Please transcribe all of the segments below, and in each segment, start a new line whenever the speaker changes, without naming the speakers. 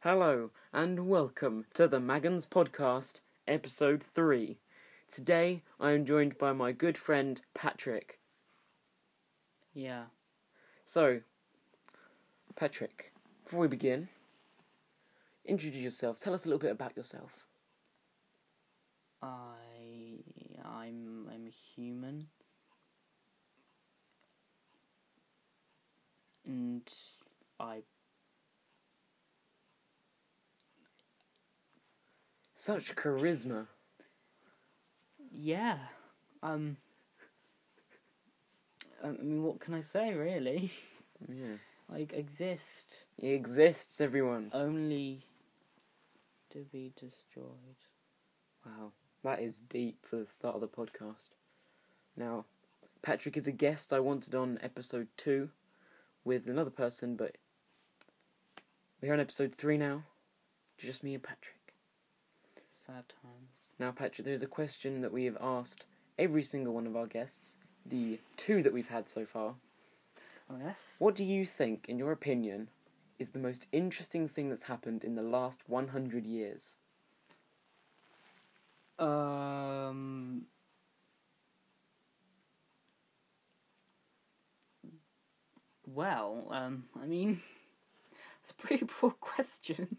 Hello and welcome to the Maggins Podcast, Episode 3. Today I am joined by my good friend Patrick.
Yeah.
So, Patrick, before we begin, introduce yourself. Tell us a little bit about yourself.
I I'm I'm a human. And I
Such charisma.
yeah. Um I mean what can I say really?
Yeah.
Like exist
He exists, everyone.
only to be destroyed.
Wow. That is deep for the start of the podcast. Now, Patrick is a guest I wanted on episode two with another person, but we're on episode three now. Just me and Patrick.
Sad times.
Now, Patrick, there's a question that we have asked every single one of our guests, the two that we've had so far.
Oh yes.
What do you think, in your opinion, is the most interesting thing that's happened in the last 100 years?
Um Well, um, I mean, it's a pretty broad question.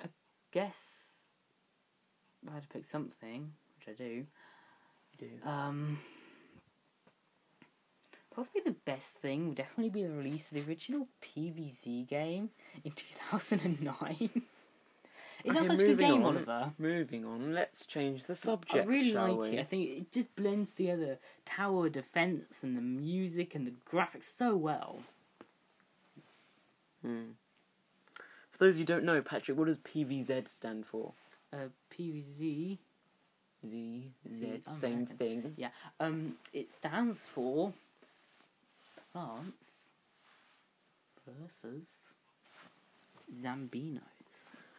I guess if I had to pick something, which I do. Um, possibly the best thing would definitely be the release of the original PVZ game in 2009. Is that
Okay,
such a good
moving
game,
on.
Oliver?
Moving on, let's change the subject,
I really
shall
like
we?
it. I think it just blends together tower defense and the music and the graphics so well.
Hmm. For those who don't know, Patrick, what does PVZ stand for?
Uh, PVZ,
Z, Z,
Z, oh,
same
American.
thing.
yeah. Um, it stands for plants versus Zambinos.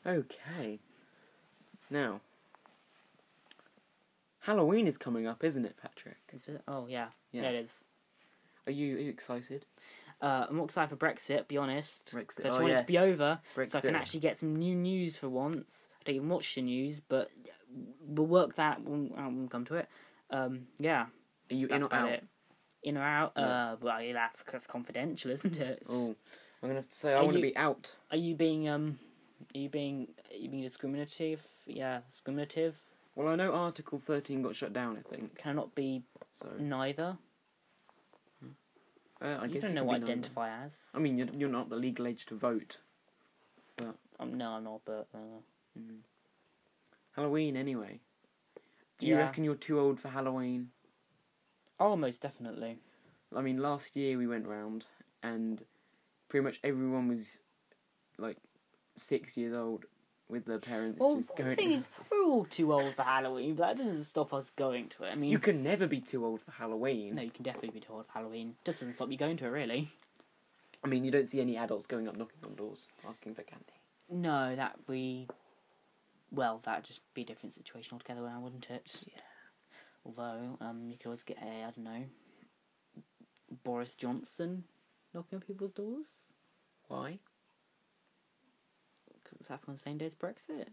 Okay. Now, Halloween is coming up, isn't it, Patrick?
Is it? Oh yeah,
Yeah.
yeah, it is.
Are you, are you excited?
Uh, I'm more excited for Brexit. Be honest.
Brexit,
'Cause I just
oh,
want it to be
yes.
over, so I
Brexit.
can actually get some new news for once. I don't even watch the news, but we'll work that when when we come to it. Um, yeah,
Are you
that's
in or
about
out?
it. In or out?
Yeah.
Uh, well, that's that's confidential, isn't it?
Oh, I'm gonna have to say I
Are
want to
you-
be out.
Are you being um? Are you being are you being discriminative? Yeah, discriminative.
Well, I know Article 13 got shut down. I think
Can I not be
so.
neither?
Uh, I
you
guess
don't
it
know
could
what
be neither.
identify as.
I mean, you're, you're not the legal age to vote.
Um, no, I'm not. But uh,
Halloween, anyway. Do you
Yeah.
reckon you're too old for Halloween?
oh, most definitely.
I mean, last year we went round and pretty much everyone was like six years old with their parents
Well,
just
the
going.
thing is, we're all too old for Halloween, but that doesn't stop us going to it. I mean,
you can never be too old for Halloween.
no, you can definitely be too old for Halloween. Just doesn't stop you going to it, really.
I mean, you don't see any adults going up knocking on doors asking for candy.
No, that be, well, that'd just be a different situation altogether, now, wouldn't it? Yeah. Although, um, you could always get a, I don't know, Boris Johnson knocking on people's doors
Why?
because it's happening on the same day as Brexit.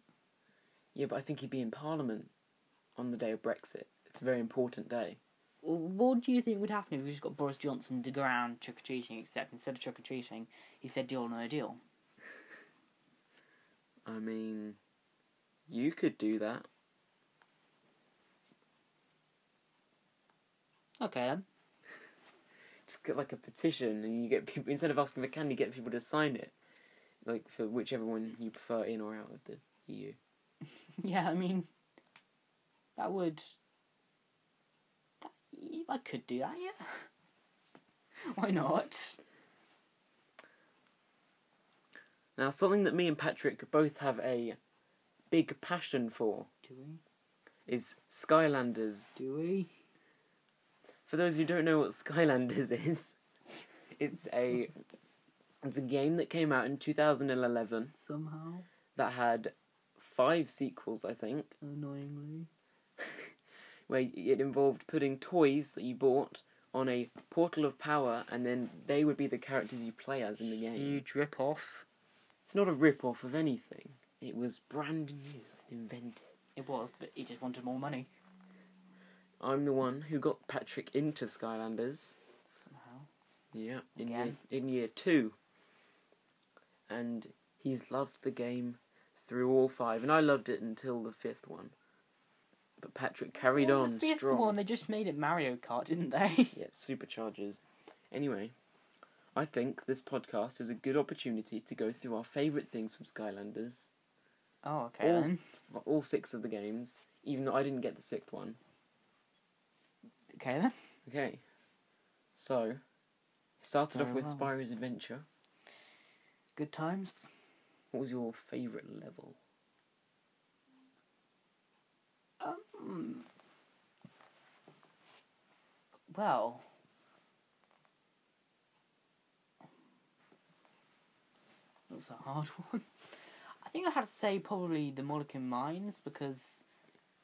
Yeah, but I think he'd be in Parliament on the day of Brexit. It's a very important day.
Well, What do you think would happen if we just got Boris Johnson to go around trick or treating? Except instead of trick or treating, he said deal or no deal.
I mean, you could do that.
Okay then.
Just get like a petition, and you get people instead of asking for candy, get people to sign it, like for whichever one you prefer, in or out of the E EU.
Yeah, I mean, that would. That, I could do that, yeah. Why not?
Now, something that me and Patrick both have a big passion for
Do we?
is Skylanders.
Do we?
For those who don't know what Skylanders is, it's a it's a game that came out in 2011
Somehow,
that had five sequels, I think,
annoyingly.
where it involved putting toys that you bought on
Mm.
a portal of power, and then they would be the characters you play as in the game.
drip off.
It's not a rip off of anything. It was brand new and invented.
It was, but he just wanted more money
I'm the one who got Patrick into Skylanders.
somehow.
Yeah, in year,
Again.
in year two. And he's loved the game through all five, and I loved it until the fifth one. But Patrick carried
Well,
on
the fifth
strong.
one, they just made it Mario Kart, didn't they?
Yeah, it's superchargers. Anyway, I think this podcast is a good opportunity to go through our favourite things from Skylanders,
oh, okay
All-
then.
all six of the games, even though I didn't get the sixth one.
Okay then.
Okay, so started off
Very
with
well.
Spyro's Adventure.
Good times.
What was your favourite level?
Um, well, that's a hard one. I think I'd have to say probably the Molokin Mines because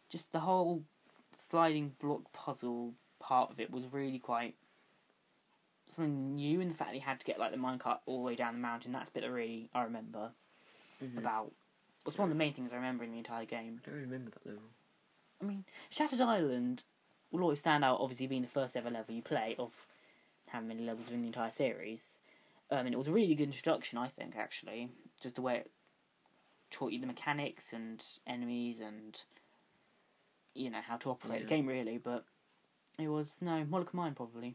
just the whole sliding block puzzle part of it was really quite something new in the fact that you had to get like the minecart all the way down the mountain. That's a bit that really I remember about. It's one of the main things I remember in the entire game.
I don't remember that level.
I mean, Shattered Island will always stand out, obviously being the first ever level you play of how many levels are in the entire series. Um, and it was a really good introduction, I think, actually. Just the way it taught you the mechanics and enemies and, you know, how to operate
Yeah.
the game, really. But it was, no, Moloch Mine, probably.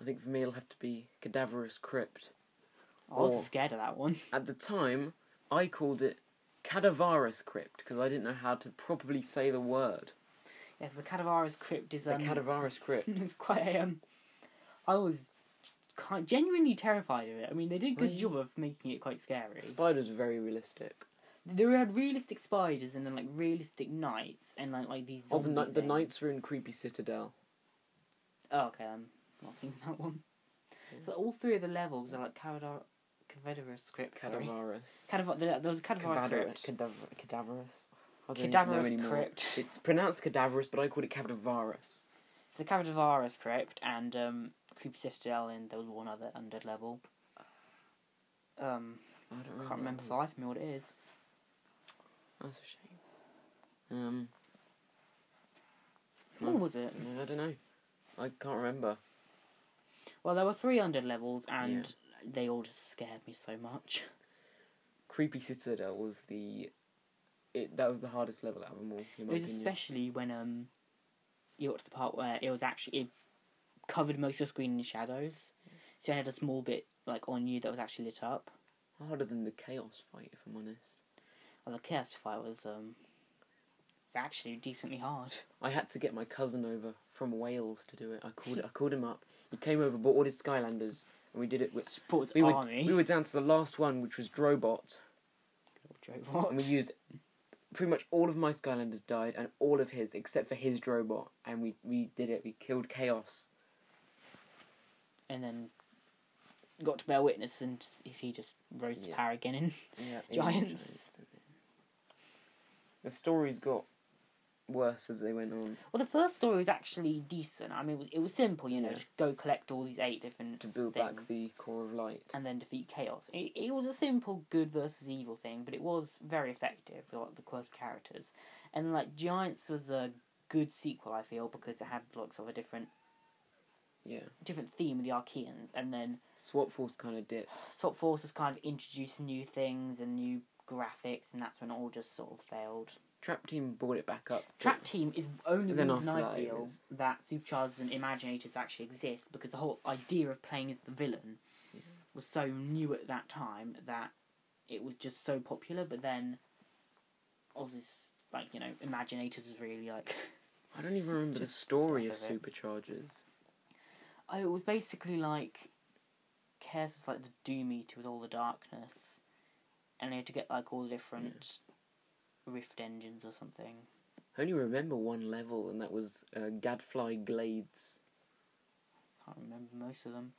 I think for me it'll have to be Cadaverous Crypt.
I was
Or-
scared of that one.
At the time, I called it Cadaverous Crypt because I didn't know how to properly say the word.
Yes, the Cadavera's Crypt is
The
um,
Cadaverous Crypt.
it's quite a, um, I was kind genuinely terrified of it. I mean, they did a good
Really?
job of making it quite scary.
Spiders are very realistic.
They had realistic spiders and then like realistic knights and like like these.
Oh, the,
zombie
ni- the knights
things.
were in Creepy Citadel.
Oh, okay, I'm not thinking that one. So all three of the levels are like Cadavar, Cadaverous script. Sorry,
Cadaverous.
Cadavar. There there was a Cadaverous
Cadaverous.
crypt.
Cadaverous. I don't even know
Cadaverous
anymore.
crypt.
It's pronounced cadaverous, but I called it cadaverous.
It's the Cadaverous crypt and um, Creepy Citadel and there was one other undead level. Um,
I don't
can't remember for the
what
life of me what it is.
it was. That's a shame. Um, Mm.
What was it?
I don't know. I can't remember.
Well, there were three undead levels, and they all just scared me so much.
Creepy Citadel was the. It, that was the hardest level out of them all, in my
It was
opinion.
especially when um, you got to the part where it was actually it covered most of the screen in shadows, so you had a small bit like on you that was actually lit up.
Harder than the Chaos fight, if I'm honest.
Well, the chaos fight was um, it's actually decently hard.
I had to get my cousin over from Wales to do it. I called I called him up. He came over, bought all his Skylanders, and we did it. With,
Sports
we were
army.
we were down to the last one, which was Drobot,
Joke, what?
and we used pretty much all of my Skylanders died, and all of his except for his Drobot, and we we did it. We killed Chaos.
and then got to bear witness, and s- he just rose to
Yeah.
power again. And
Yeah,
Giants.
The stories got worse as they went on
well, the first story was actually decent. I mean, it was, it was simple, you know,
Yeah.
just go collect all these eight different
to build
things.
back the core of light.
and then defeat chaos. It, it was a simple good versus evil thing, but it was very effective with like the quirky characters. And like Giants was a good sequel, I feel, because it had lots of a different
Yeah,
different theme with the Archeans, and then
Swap Force kind of dipped.
Swap Forces kind of introduced new things and new graphics, and that's when it all just sort of failed.
Trap Team brought it back up.
Trap Team is only
Then
the reason
after
I
that it
feel
is-
that Superchargers and Imaginators actually exist because the whole idea of playing as the villain was so new at that time that it was just so popular. But then, all this like you know, Imaginators was really like
I don't even remember the story of
off of it.
Superchargers.
oh, it was basically like Chaos is like the Doom Eater with all the darkness, and they had to get like all the different rift engines or something.
I only remember one level, and that was uh, Gadfly Glades.
Can't remember most of them.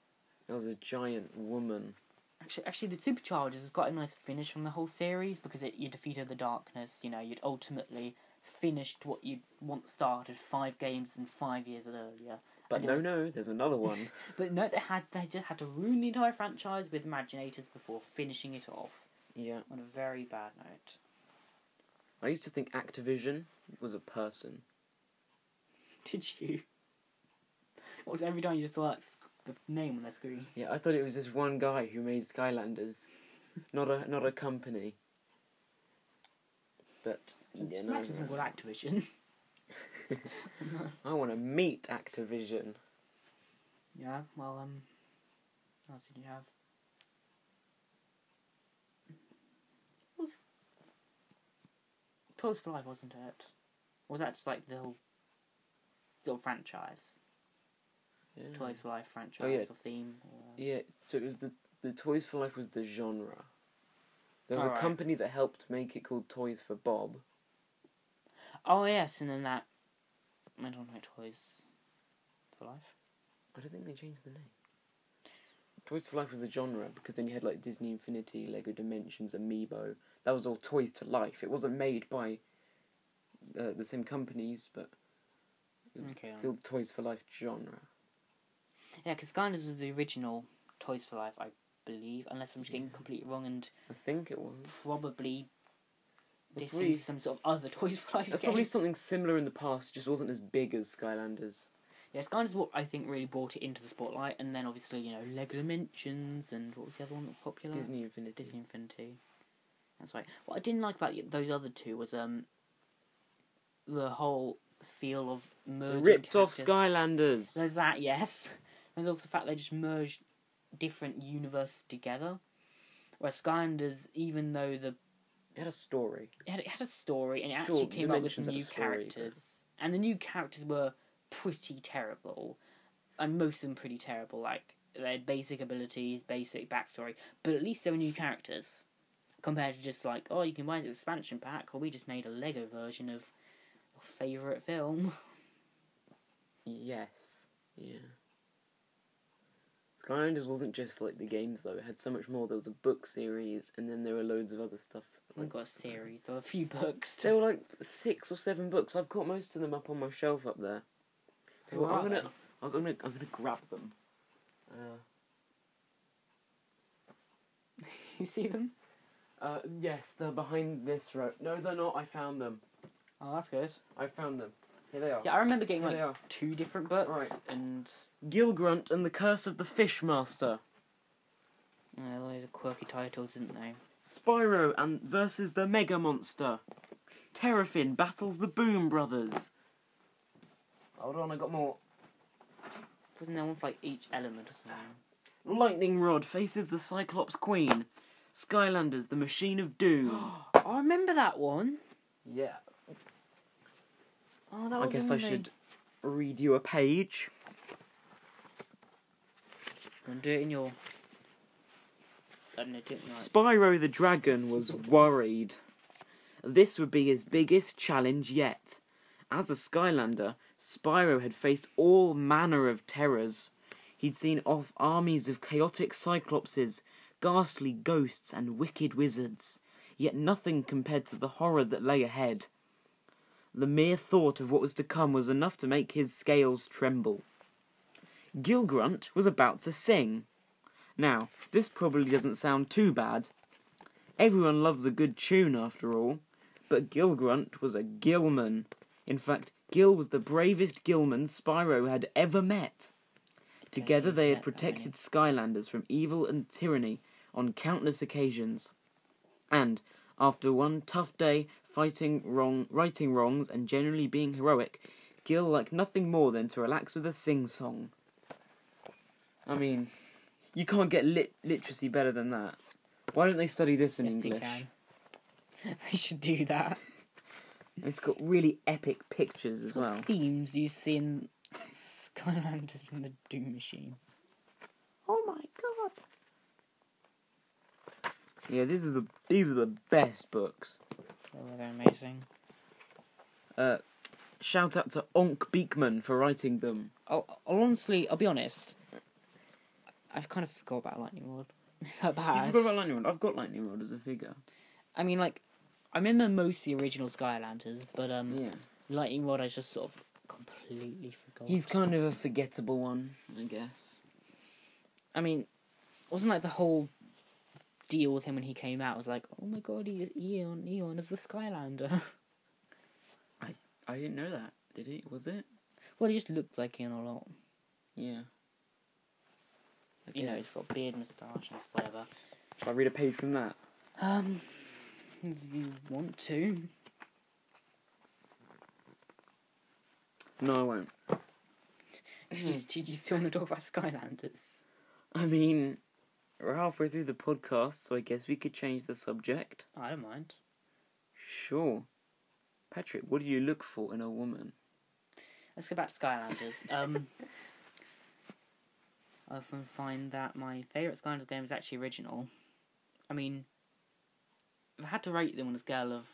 That was a giant woman.
Actually, actually, the Superchargers has got a nice finish on the whole series because it, you defeated the darkness. You know, you'd ultimately finished what you once started five games and five years earlier.
But
And it
no,
was-
no, there's another one.
But no, they had they just had to ruin the entire franchise with Imaginators before finishing it off
yeah.
on a very bad note.
I used to think Activision was a person.
Did you? What was every time you just saw that sc- the name on the screen?
Yeah, I thought it was this one guy who made Skylanders, not a not a company. But yeah, no,
Smash isn't called Activision.
I want to meet Activision.
Yeah, well, um, what else did you have? It was Toys for Life, wasn't it? Or was that just like the whole little franchise,
Mm. Oh, Yeah.
Toys for Life franchise or theme? Or...
Yeah, so it was the the Toys for Life was the genre. There was a
Alright.
company that helped make it called Toys for Bob.
Oh yes, and then that I don't know Toys for Life.
I don't think they changed the name. Toys for Life was the genre because then you had like Disney Infinity, Lego Dimensions, Amiibo. That was all Toys to Life. It wasn't made by uh, the same companies, but it was
Okay, um.
still Toys for Life genre.
Yeah, because Skylanders was the original Toys for Life, I believe, unless I'm just getting completely wrong and
I think it was.
probably
That's
dissing
probably-
some sort of other Toys for Life
That's
game.
probably something similar in the past, just wasn't as big as Skylanders.
Yeah, Skylanders what I think really brought it into the spotlight, and then obviously you know Lego Dimensions and what was the other one that was popular?
Disney Infinity.
Uh, Disney Infinity. That's right. What I didn't like about the- those other two was um the whole feel of
They
merging
ripped off
characters.
Skylanders.
There's that, yes. There's also the fact they just merged different universes together. Whereas Skylanders, even though the
It had a story.
it had, it had a story and it
Sure,
actually came up with
Dimensions had a
new
story, but-
characters, and the new characters were pretty terrible, and most of them pretty terrible. Like they had basic abilities, basic backstory, but at least they were new characters compared to just like oh you can buy this expansion pack or we just made a Lego version of your favorite film.
Yes. Yeah. Skylanders wasn't just like the games though, it had so much more. There was a book series and then there were loads of other stuff.
We've
Like,
got a series or a few books.
there were like six or seven books. I've got most of them up on my shelf up there.
Who
I'm
are
gonna
they?
I'm gonna I'm gonna grab them. Uh,
You see them?
uh yes, they're behind this row. No they're not, I found them.
Oh, that's good.
I found them. Here they are.
Yeah, I remember getting
Here they
like
are.
two different books,
Right.
and
Gilgrunt and the Curse of the Fishmaster.
uh, those are quirky titles, didn't they?
Spyro and versus the Mega Monster. Terrafin battles the Boom Brothers. Hold on, I got more.
Wasn't there one for like each element or something?
Lightning Rod faces the Cyclops Queen. Skylanders, the Machine of Doom.
I remember that one.
yeah.
Oh, that
I
was
guess
the
I
one they-
should read you a page.
And do it in your. I don't know, do it in your-
Spyro the Dragon was worried. This would be his biggest challenge yet. As a Skylander, Spyro had faced all manner of terrors. He'd seen off armies of chaotic cyclopses, ghastly ghosts, and wicked wizards, yet nothing compared to the horror that lay ahead. The mere thought of what was to come was enough to make his scales tremble. Gilgrunt was about to sing. Now, this probably doesn't sound too bad. Everyone loves a good tune after all, but Gilgrunt was a Gilman. In fact, Gil was the bravest Gilman Spyro had ever met. Together
think
they had
I've met that
protected Skylanders from evil and tyranny on countless occasions. And, after one tough day fighting wrong righting wrongs and generally being heroic, Gil liked nothing more than to relax with a sing song. I mean, you can't get lit- literacy better than that. Why don't they study this in
Yes, you
English?
can. they should do that.
It's got really epic pictures as
What
well.
themes you see in Skylanders and the Doom Machine? Oh my god!
Yeah, these are the these are the best books.
They were Oh, they're amazing.
Uh, shout out to Onk Beekman for writing them.
I'll, I'll Oh, honestly, I'll be honest. I've kind of forgot about Lightning Rod. Is that
You
bad?
forgot about Lightning Rod. I've got Lightning Rod as a figure.
I mean, like, I remember most of the original Skylanders, but um,
Yeah.
Lightning Rod I just sort of completely forgot.
He's kind of a forgettable one, I guess.
I mean, wasn't like the whole deal with him when he came out was like, oh my god, he is Eon, Eon is the Skylander.
I didn't know that, did he? Was it?
well, he just looked like Eon a lot.
Yeah.
You know, he's got beard, moustache, and whatever.
Shall I read a page from that?
Um, if you want to.
No, I won't.
Did you, you still want to talk about Skylanders?
I mean, we're halfway through the podcast, so I guess we could change the subject.
I don't mind.
Sure. Patrick, what do you look for in a woman?
Let's go back to Skylanders. Um, I often find that my favourite Skylanders game is actually original. I mean, if I had to rate them on a scale of,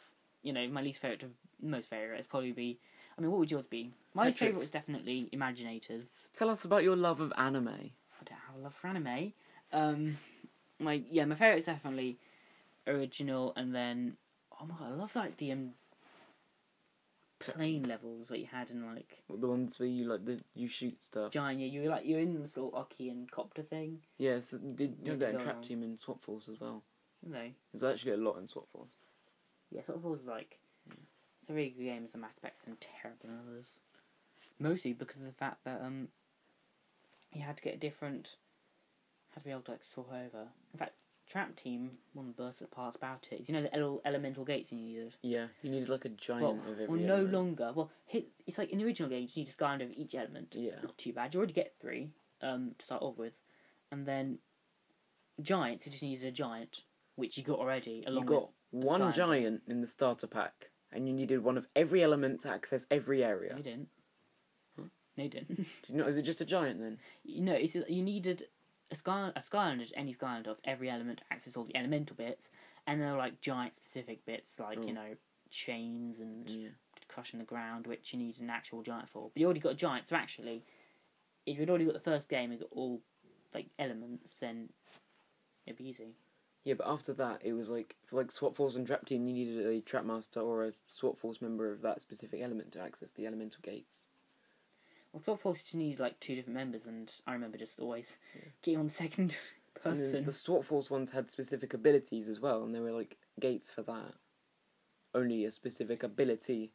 you know, my least favourite to most favourite, it'd probably be. I mean, what would yours be? My least
Patrick.
favourite was definitely Imaginators.
Tell us about your love of anime.
I don't have a love for anime. Um, my yeah, my favourite's definitely original, and then oh my god, I love like the um, plane levels that you had in like
The ones where you like the you shoot stuff.
giant. Yeah, you were like you're in this little Oki and copter thing.
Yes, did you
Yeah,
know that in
go
Trap
on.
Team and Swap Force as well?
You know,
There's actually a lot in Swap Force.
yeah, sort of was like
Hmm.
it's a really good game in some aspects and terrible in others. Mostly because of the fact that um, you had to get different, had to be able to like sort over. In fact, Trap Team one of the worst parts about it is you know the el- elemental gates you needed.
Yeah, you needed like a giant
Well,
of every.
well, no
element.
longer. Well, hit, it's like in the original game, you need to skylander of each element.
Yeah.
Not too bad. You already get three um, to start off with, and then giants. You just needed a giant, which you got already. Along
You got
with
one
Skylander.
giant in the starter pack, and you needed one of every element to access every area.
No, you didn't.
Hmm?
No, you didn't.
Do you know, is it just a giant then?
you know, it's, you needed a sky a skylander, any skylander of every element to access all the elemental bits, and there were like giant specific bits, like you
Mm.
know chains and
Yeah.
crushing the ground, which you need an actual giant for. But you already got a giant, so actually, if you'd already got the first game and got all like elements, then it'd be easy.
Yeah, but after that, it was like for like Swap Force and Trap Team, you needed a Trap Master or a Swap Force member of that specific element to access the elemental gates.
Well, Sword Force you need like two different members, and I remember just always getting on second
And then
person.
the Swap Force ones had specific abilities as well, and there were like gates for that. Only a specific ability.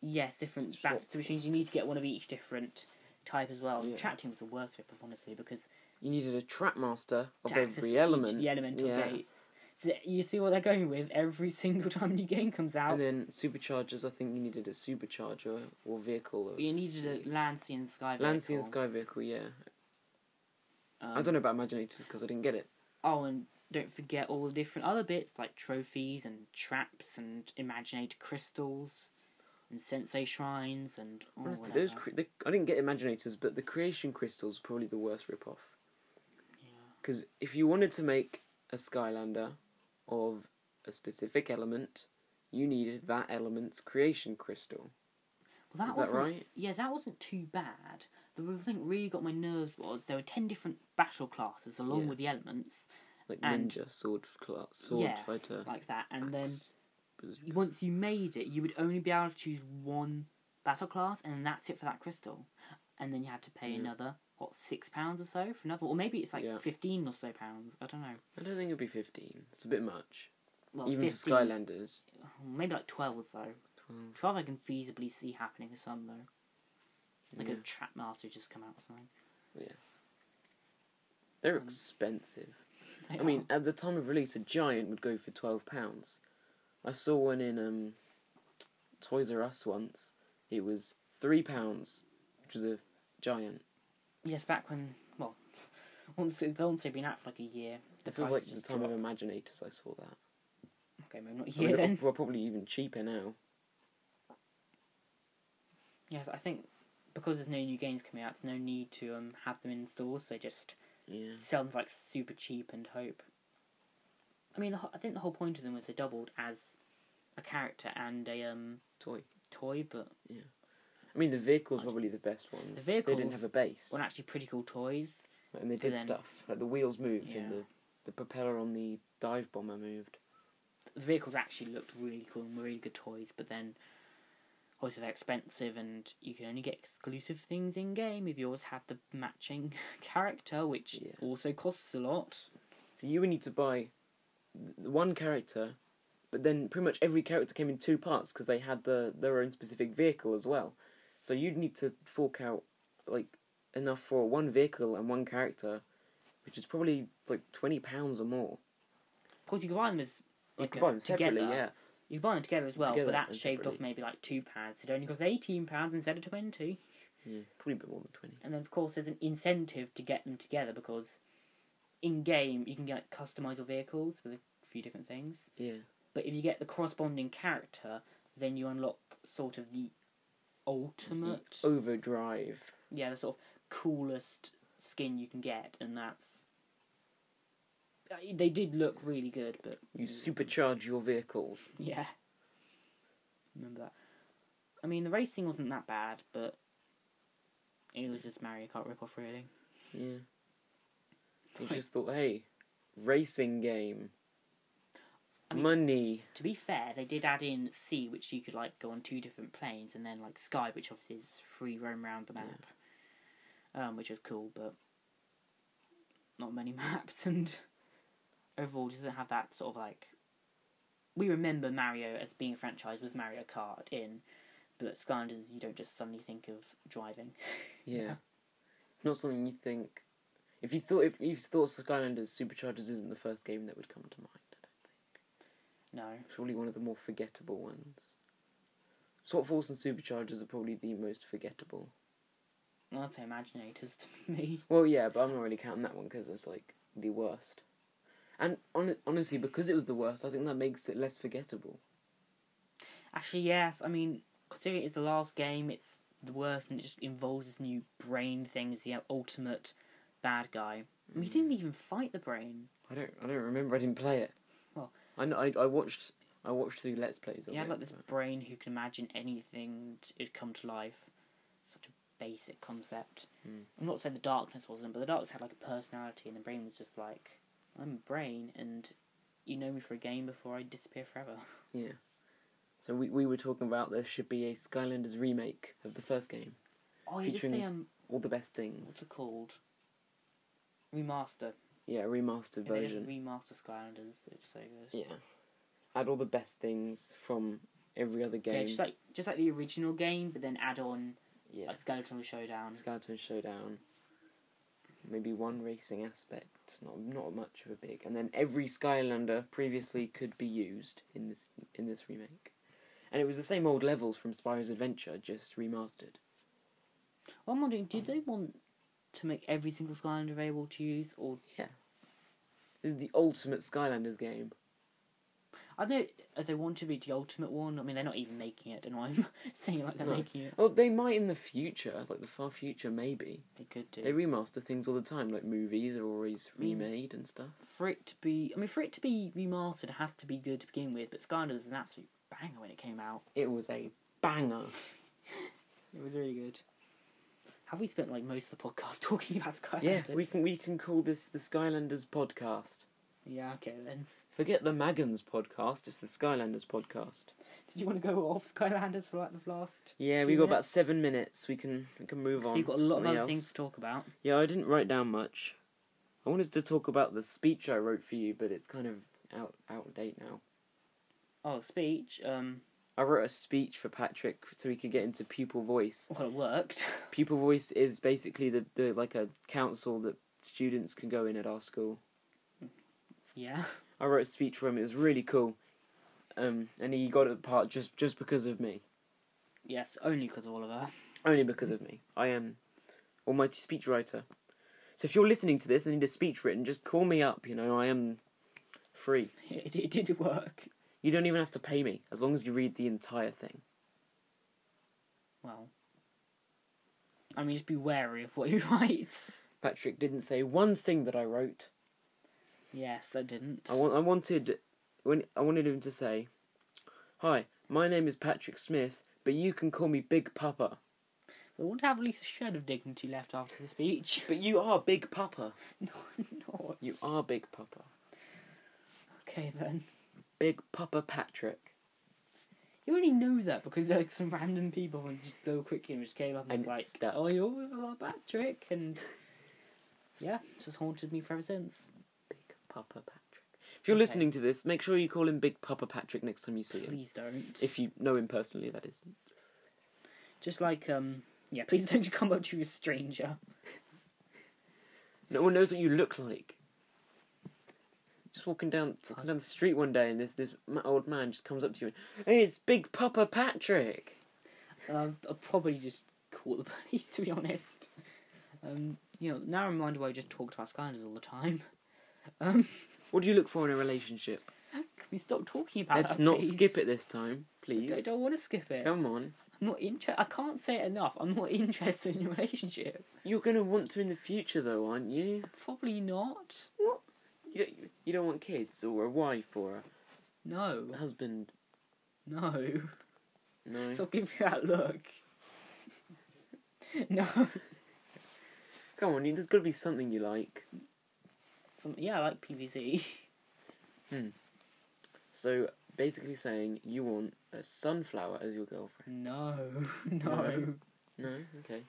Yes, different
Swap
battles, which means you need to get one of each different type as well.
Yeah.
Trap Team was the worst rip-off, honestly, because
You needed a Trap Master of
to access
every
each-
element.
the elemental
yeah.
gates. So you see what they're going with every single time a new game comes out.
And then Superchargers, I think you needed a Supercharger or vehicle. Of...
you needed a Lancy and Sky.
Lancy and
vehicle.
Sky Vehicle, yeah.
Um,
I don't know about Imaginators because I didn't get it.
Oh, and don't forget all the different other bits like trophies and traps and imaginator crystals and sensei shrines and oh,
Honestly, those
whatever.
cre- the, I didn't get Imaginators, but the Creation Crystals were probably the worst ripoff. Because if you wanted to make a Skylander of a specific element, you needed that element's Creation Crystal.
Well,
Is that
wasn't-
right?
Yeah, that wasn't too bad. The real thing that really got my nerves was there were ten different battle classes along
Yeah.
with the elements
Like
And-
Ninja, Sword Class, Sword
Yeah,
Fighter.
like that, and then
Axe, Bazooka.
you- once you made it, you would only be able to choose one battle class, and that's it for that crystal. And then you had to pay
Yeah.
another what six pounds or so for another, or maybe it's like
Yeah.
fifteen or so pounds. I don't know.
I don't think it'd be 15. It's a bit much.
Well,
Even
15,
for Skylanders.
Maybe like 12 though.
12.
12 I can feasibly see happening for some though. Like
yeah.
a trap master just come out or something.
They're
um,
expensive.
They
I mean, at the time of release, a giant would go for twelve pounds. I saw one in um, Toys R Us once. It was three pounds, which was a giant.
are. yes, back when well, once they've only been out for like a year. the
This was like
prices
the
just
time
dropped.
of Imaginators. I saw that.
Okay, maybe not
I
a
mean,
year then.
Well, probably even cheaper now.
Yes, I think because there's no new games coming out, there's no need to um have them in stores. They just
Yeah.
sell them for, like super cheap and hope. I mean, the, ho- I think the whole point of them was they doubled as a character and a um
Toy.
toy, but
I mean, the vehicles were probably the best ones. They didn't
vehicles
have a base,
were actually pretty cool toys.
and they did
then-
stuff. Like the wheels moved,
Yeah.
and the the propeller on the dive bomber moved.
the vehicles actually looked really cool and were really good toys, but then obviously they're expensive and you can only get exclusive things in game if yours had the matching character, which
Yeah.
also costs a lot.
So you would need to buy th- one character, but then pretty much every character came in two parts because they had the their own specific vehicle as well. So you'd need to fork out like enough for one vehicle and one character, which is probably like twenty pounds or more.
Of course, you can buy them as
You
like,
could buy
uh,
them
together.
separately, yeah.
You can buy them together as well,
Together
but that's
and
shaved off
separately.
maybe like two pounds. It only costs eighteen pounds instead of twenty.
yeah, probably a bit more than twenty.
And then of course there's an incentive to get them together because in game you can get customize your vehicles with a few different things.
Yeah,
But if you get the corresponding character, then you unlock sort of the ultimate
Oh. overdrive.
yeah, the sort of coolest skin you can get, and that's. I- They did look really good, but
You supercharge your vehicles.
yeah. Remember that. I mean, the racing wasn't that bad, but it was just Mario Kart rip off, really.
Yeah. You just thought, hey, racing game,
I mean-
money.
To be fair, they did add in sea, which you could like go on two different planes, and then like sky, which obviously is free roam around the map, um, which was cool, but not many maps, and overall just doesn't have that sort of like. We remember Mario as being a franchise with Mario Kart in, but Skylanders, you don't just suddenly think of driving.
Yeah. It's not something you think. If you thought if you thought Skylanders Superchargers isn't the first game that would come to mind,
No,
it's probably one of the more forgettable ones. Swap Force and Superchargers are probably the most forgettable.
I'd say Imaginators to me.
Well, yeah, but I'm not really counting that one because it's like the worst. And on, honestly, because it was the worst, I think that makes it less forgettable.
Actually, yes. I mean, considering it's the last game, it's the worst, and it just involves this new brain thing as the ultimate bad guy. I mean, he didn't even fight the brain.
I don't I don't remember. I didn't play it.
Well-
I know, I, I watched I watched through Let's Plays. of
He had
it,
like this
but-
brain who can imagine anything; t- it'd come to life. Such a basic concept.
Mm.
I'm not saying the darkness wasn't, but the darkness had like a personality, and the brain was just like, "I'm a brain, and you know me for a game before I disappear forever."
Yeah. So we, we were talking about there should be a Skylanders remake of the first game.
Oh, you just
Featuring-
say um,
All the best
what's
things.
it called? Remaster.
Yeah, a remastered
If they
version.
just remaster Skylanders. It's so good.
yeah. Add all the best things from every other game.
Yeah,
Yeah.
just like just like the original game, but then add on a skeleton showdown.
Skeleton Showdown. Maybe one racing aspect. Not not much of a big. And then every Skylander previously could be used in this in this remake. And it was the same old levels from Spyro's Adventure, just remastered.
Well, I'm wondering, did they want to make every single Skylander available to use, or
This is the ultimate Skylanders game.
I don't know if they want to be the ultimate one. I mean, they're not even making it, and I'm saying it like they're
No.
making it.
Oh, they might in the future, like the far future, maybe.
They could do.
They remaster things all the time, like movies are always
mean-
remade and stuff.
for it to be, I mean, for it to be remastered, it has to be good to begin with. But Skylanders is an absolute banger when it came out.
It was a banger.
It was really good. Have we spent like most of the podcast talking about Skylanders?
yeah, we can we can call this the Skylanders podcast.
Yeah, okay then.
Forget the Magans podcast; it's the Skylanders podcast.
Did you want to go off Skylanders for like the last?
Yeah, we
Few
got about
minutes?
seven minutes. We can we can move
So
on.
you've got a
to
lot of
something
other
else.
things to talk about.
Yeah, I didn't write down much. I wanted to talk about the speech I wrote for you, but it's kind of out out of date now.
Oh, speech. Um,
I wrote a speech for Patrick so he could get into pupil voice.
well, it worked.
Pupil voice is basically the, the like a council that students can go in at our school.
yeah.
I wrote a speech for him. It was really cool, um, and he got it part just just because of me,
Yes, only because of Oliver.
only because of me. I am almighty speechwriter. So if you're listening to this and need a speech written, just call me up. You know I am free.
It, it did work.
You don't even have to pay me as long as you read the entire thing.
Well, I mean, just be wary of what he writes.
Patrick didn't say one thing that I wrote.
Yes, I didn't.
I want. I wanted. When I wanted him to say, "Hi, my name is Patrick Smith, but you can call me Big Papa."
I want to have at least a shred of dignity left after the speech.
But you are Big Papa.
no, I'm not.
You are Big Papa.
Okay then.
Big Papa Patrick.
You already know that because like some random people would just go quickly and just came up and,
And
was like,
it's stuck.
"Oh, you're with our Patrick," and yeah, it's just haunted me forever since.
Big Papa Patrick. If you're
Okay.
listening to this, make sure you call him Big Papa Patrick next time you see him.
Please don't.
If you know him personally, that is.
just like um, yeah, please don't come up to a stranger.
No one knows what you look like. Just walking down, walking down the street one day, and this this ma- old man just comes up to you and, "Hey, it's Big Papa Patrick."
Uh, I'll probably just call the police to be honest. Um, you know, now I'm reminded why I just talk to our Skylanders all the time. Um,
What do you look for in a relationship?
can we stop talking about
Let's
that,
not
Ah, please?
skip it this time,
I
please.
don't, want to skip it.
Come on,
I'm not inter- I can't say it enough. I'm not interested in your relationship.
you're gonna want to in the future, though, aren't you?
Probably not.
You don't, you don't want kids or a wife or
No.
a husband,
No.
no.
Stop giving me that look. no.
Come on, you- there's got to be something you like.
Some, yeah, I like PVC.
So basically, saying you want a sunflower as your girlfriend.
No. No.
No. No, okay.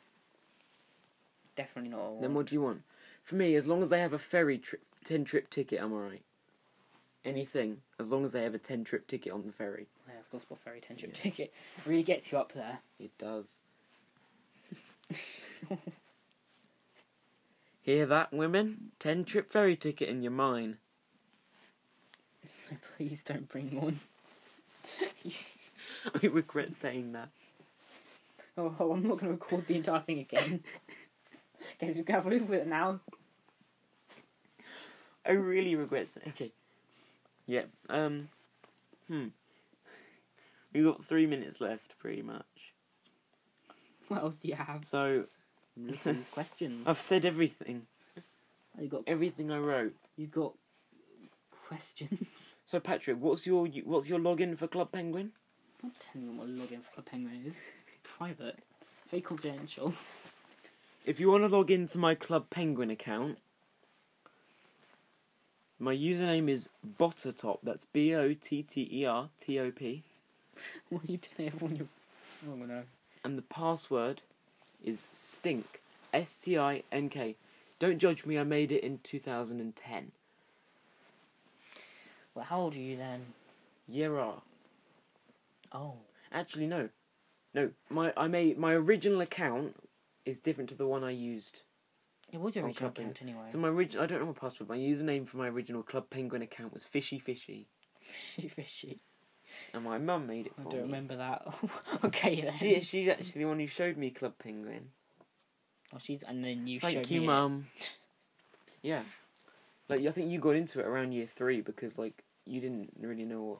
Definitely not.
Then what do you want? For me, as long as they have a ferry trip, ten trip ticket, I'm alright. Anything, as long as they have a ten trip ticket on the ferry,
Yeah, it's Gospel Ferry Tension
Yeah.
Ticket. Really gets you up there.
it does. Hear that, women? Ten trip ferry ticket, and you're mine.
So please don't bring one.
I regret saying that.
Oh, oh, I'm not going to record the entire thing again. Okay, so we can have a little bit now.
I really regret saying. Okay. Yeah. Um. Hmm. We got three minutes left, pretty much.
What else do you have?
So.
Look at these questions. Oh,
I've said everything.
You got
Everything I wrote.
you got questions.
So Patrick, what's your what's your login for Club Penguin?
I'm not telling them what a login for Club Penguin is. It's private. It's very confidential.
If you want to log into my Club Penguin account, my username is Bottertop. That's B O T T E R T O P,
What are you telling everyone you? Oh no.
and the password is Stink. S T I N K. Don't judge me. I made it in 2010.
Well, how old are you then?
Yeah. ah.
Oh.
Actually, no, no. My I made my original account is different to the one I used
It was your
Oh,
original
Club Penguin.
account anyway.
So my original, I don't know my password. My username for my original Club Penguin account was Fishy Fishy,
Fishy fishy.
and my mum made it
I
for
don't
me.
remember that. okay then.
She, she's actually the one who showed me Club Penguin.
Oh, she's and then you
Thank
showed
you,
me it.
mum. Yeah, like I think you got into it around year three because like you didn't really know what.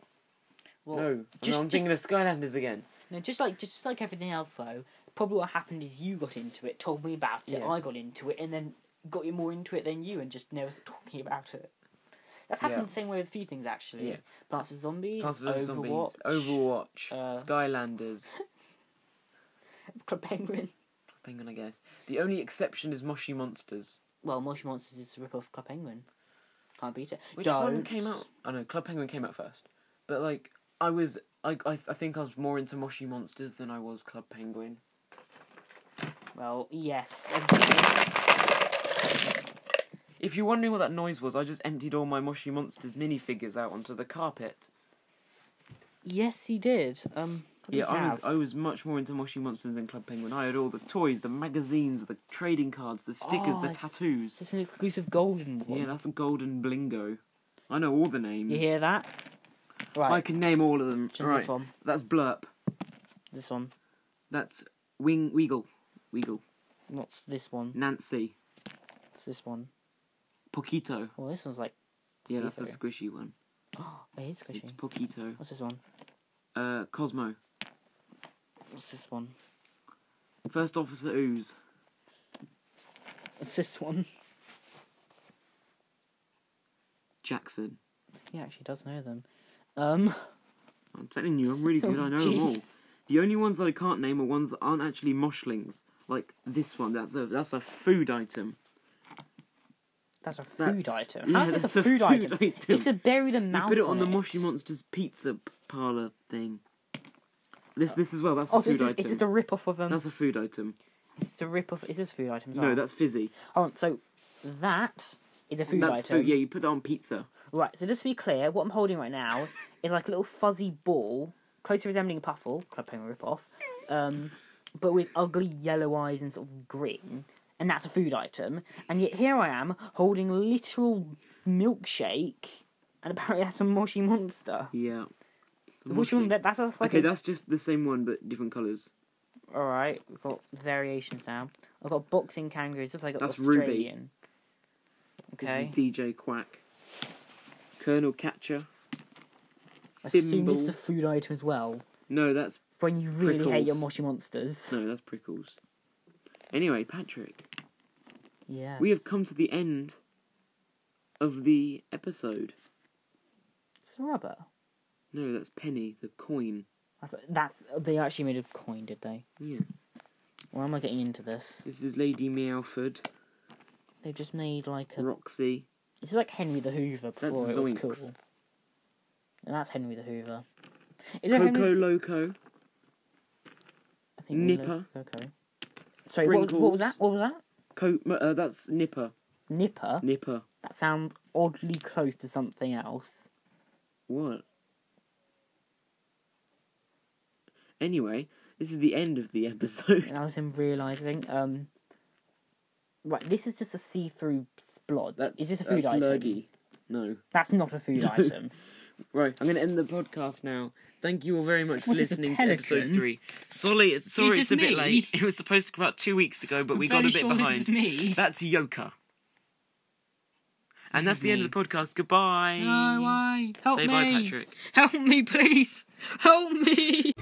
Well,
no,
just-
no, I'm thinking of Skylanders again.
No, just like just like everything else though, probably what happened is you got into it, told me about it,
Yeah.
I got into it, and then got you more into it than you, and just never stopped talking about it. That's happened
Yeah.
the same way with a few things actually.
Yeah.
Plants vs Zombies,
Plants vs Zombies,
Overwatch,
Overwatch,
uh,
Skylanders.
Club Penguin.
Club Penguin, I guess. The only exception is Moshi Monsters.
Well, Moshi Monsters is a rip off Club Penguin. Can't beat it.
Which
Don't.
one came out? I know Club Penguin came out first, but like I was, I, I I think I was more into Moshi Monsters than I was Club Penguin.
Well, yes.
If you're wondering what that noise was, I just emptied all my Moshi Monsters minifigures out onto the carpet.
Yes, he did. Um, what did
Yeah,
he
I was
have?
I was much more into Moshi Monsters than Club Penguin. I had all the toys, the magazines, the trading cards, the stickers,
Oh,
the
it's-
tattoos.
It's an exclusive golden one.
Yeah, that's a golden blingo. I know all the names.
you hear that? Right.
I can name all of them.
choose
Right,
This one.
that's Blurp.
This one.
That's Wing Weagle. Weagle.
Not this one.
Nancy.
It's this one.
Poquito.
Well, this one's like.
Yeah, that's the
see-through.
squishy one.
Oh, it is squishy.
It's Poquito.
What's this one?
Uh, Cosmo.
What's this one?
First Officer Ooze.
It's this one.
Jackson.
He actually does know them. Um.
I'm telling you, I'm really good. I know them all.
jeez.
The only ones that I can't name are ones that aren't actually moshlings. Like this one. That's a that's a food item.
That's a food
That's-
item.
yeah,
How's this
that's
a
a
food,
food
item?
item.
It's to bury the
You
mouse.
put it on the Moshi
it.
Monsters pizza p- parlor thing. This this as well. That's
Oh,
a
so
food
it's, just,
item.
it's just a rip off of um.
That's a food item.
It's just a rip off. It's just food items.
No, that's fizzy.
Oh, so that is a food
that's
item.
food. Yeah, you put that on pizza.
Right. So just to be clear, what I'm holding right now is like a little fuzzy ball, closely resembling a puffle, Club Penguin rip off, um, but with ugly yellow eyes and sort of grin, and that's a food item. And yet here I am holding a literal milkshake, and apparently that's a Moshi monster.
Yeah. It's a
Which one? That, that's, that's like
okay,
a
that's just the same one but different colours.
All right, we've got variations now. I've got boxing kangaroos. That's like
That's Ruby.
Australian. Okay.
This is DJ Quack. Colonel Catcher.
I assume this is
Thimble.
a food item as well.
No, that's
For when you really hate your
Prickles.
moshi monsters.
no, that's prickles. Anyway, Patrick,
Yeah.
we have come to the end of the episode.
It's rubber.
No, that's penny, the coin.
That's, that's they actually made a coin, did they?
Yeah.
Why am I getting into this?
This is Lady Meowford,
They just made like a.
Roxy.
This is like Henry the Hoover before it was
Zoinks.
cool. And that's Henry the Hoover. Is there
Coco
Henry?
Loco.
I think we
Nipper.
look- Okay. Sorry, what, what
Sprinkles.
was that? What was that?
Co- uh, that's Nipper.
Nipper.
Nipper.
That sounds oddly close to something else.
What? Anyway, this is the end of the episode.
And I was in realizing, um, right, this is just a see-through splod.
That's,
is this a food
that's
item?
Lurgy. No.
That's not a food item.
Right, I'm going to end the podcast now. Thank you all very much for
What is a
listening to episode
pelican?
three. Sorry, it's, sorry,
This
it's
is
a bit
me.
late. It was supposed to come out two weeks ago, but we got a
Very
bit
sure this
behind.
is me.
That's Yoka. And
This
that's
is
the end of the podcast. Goodbye.
why?
Say bye, Patrick.
Help me, please. Help me.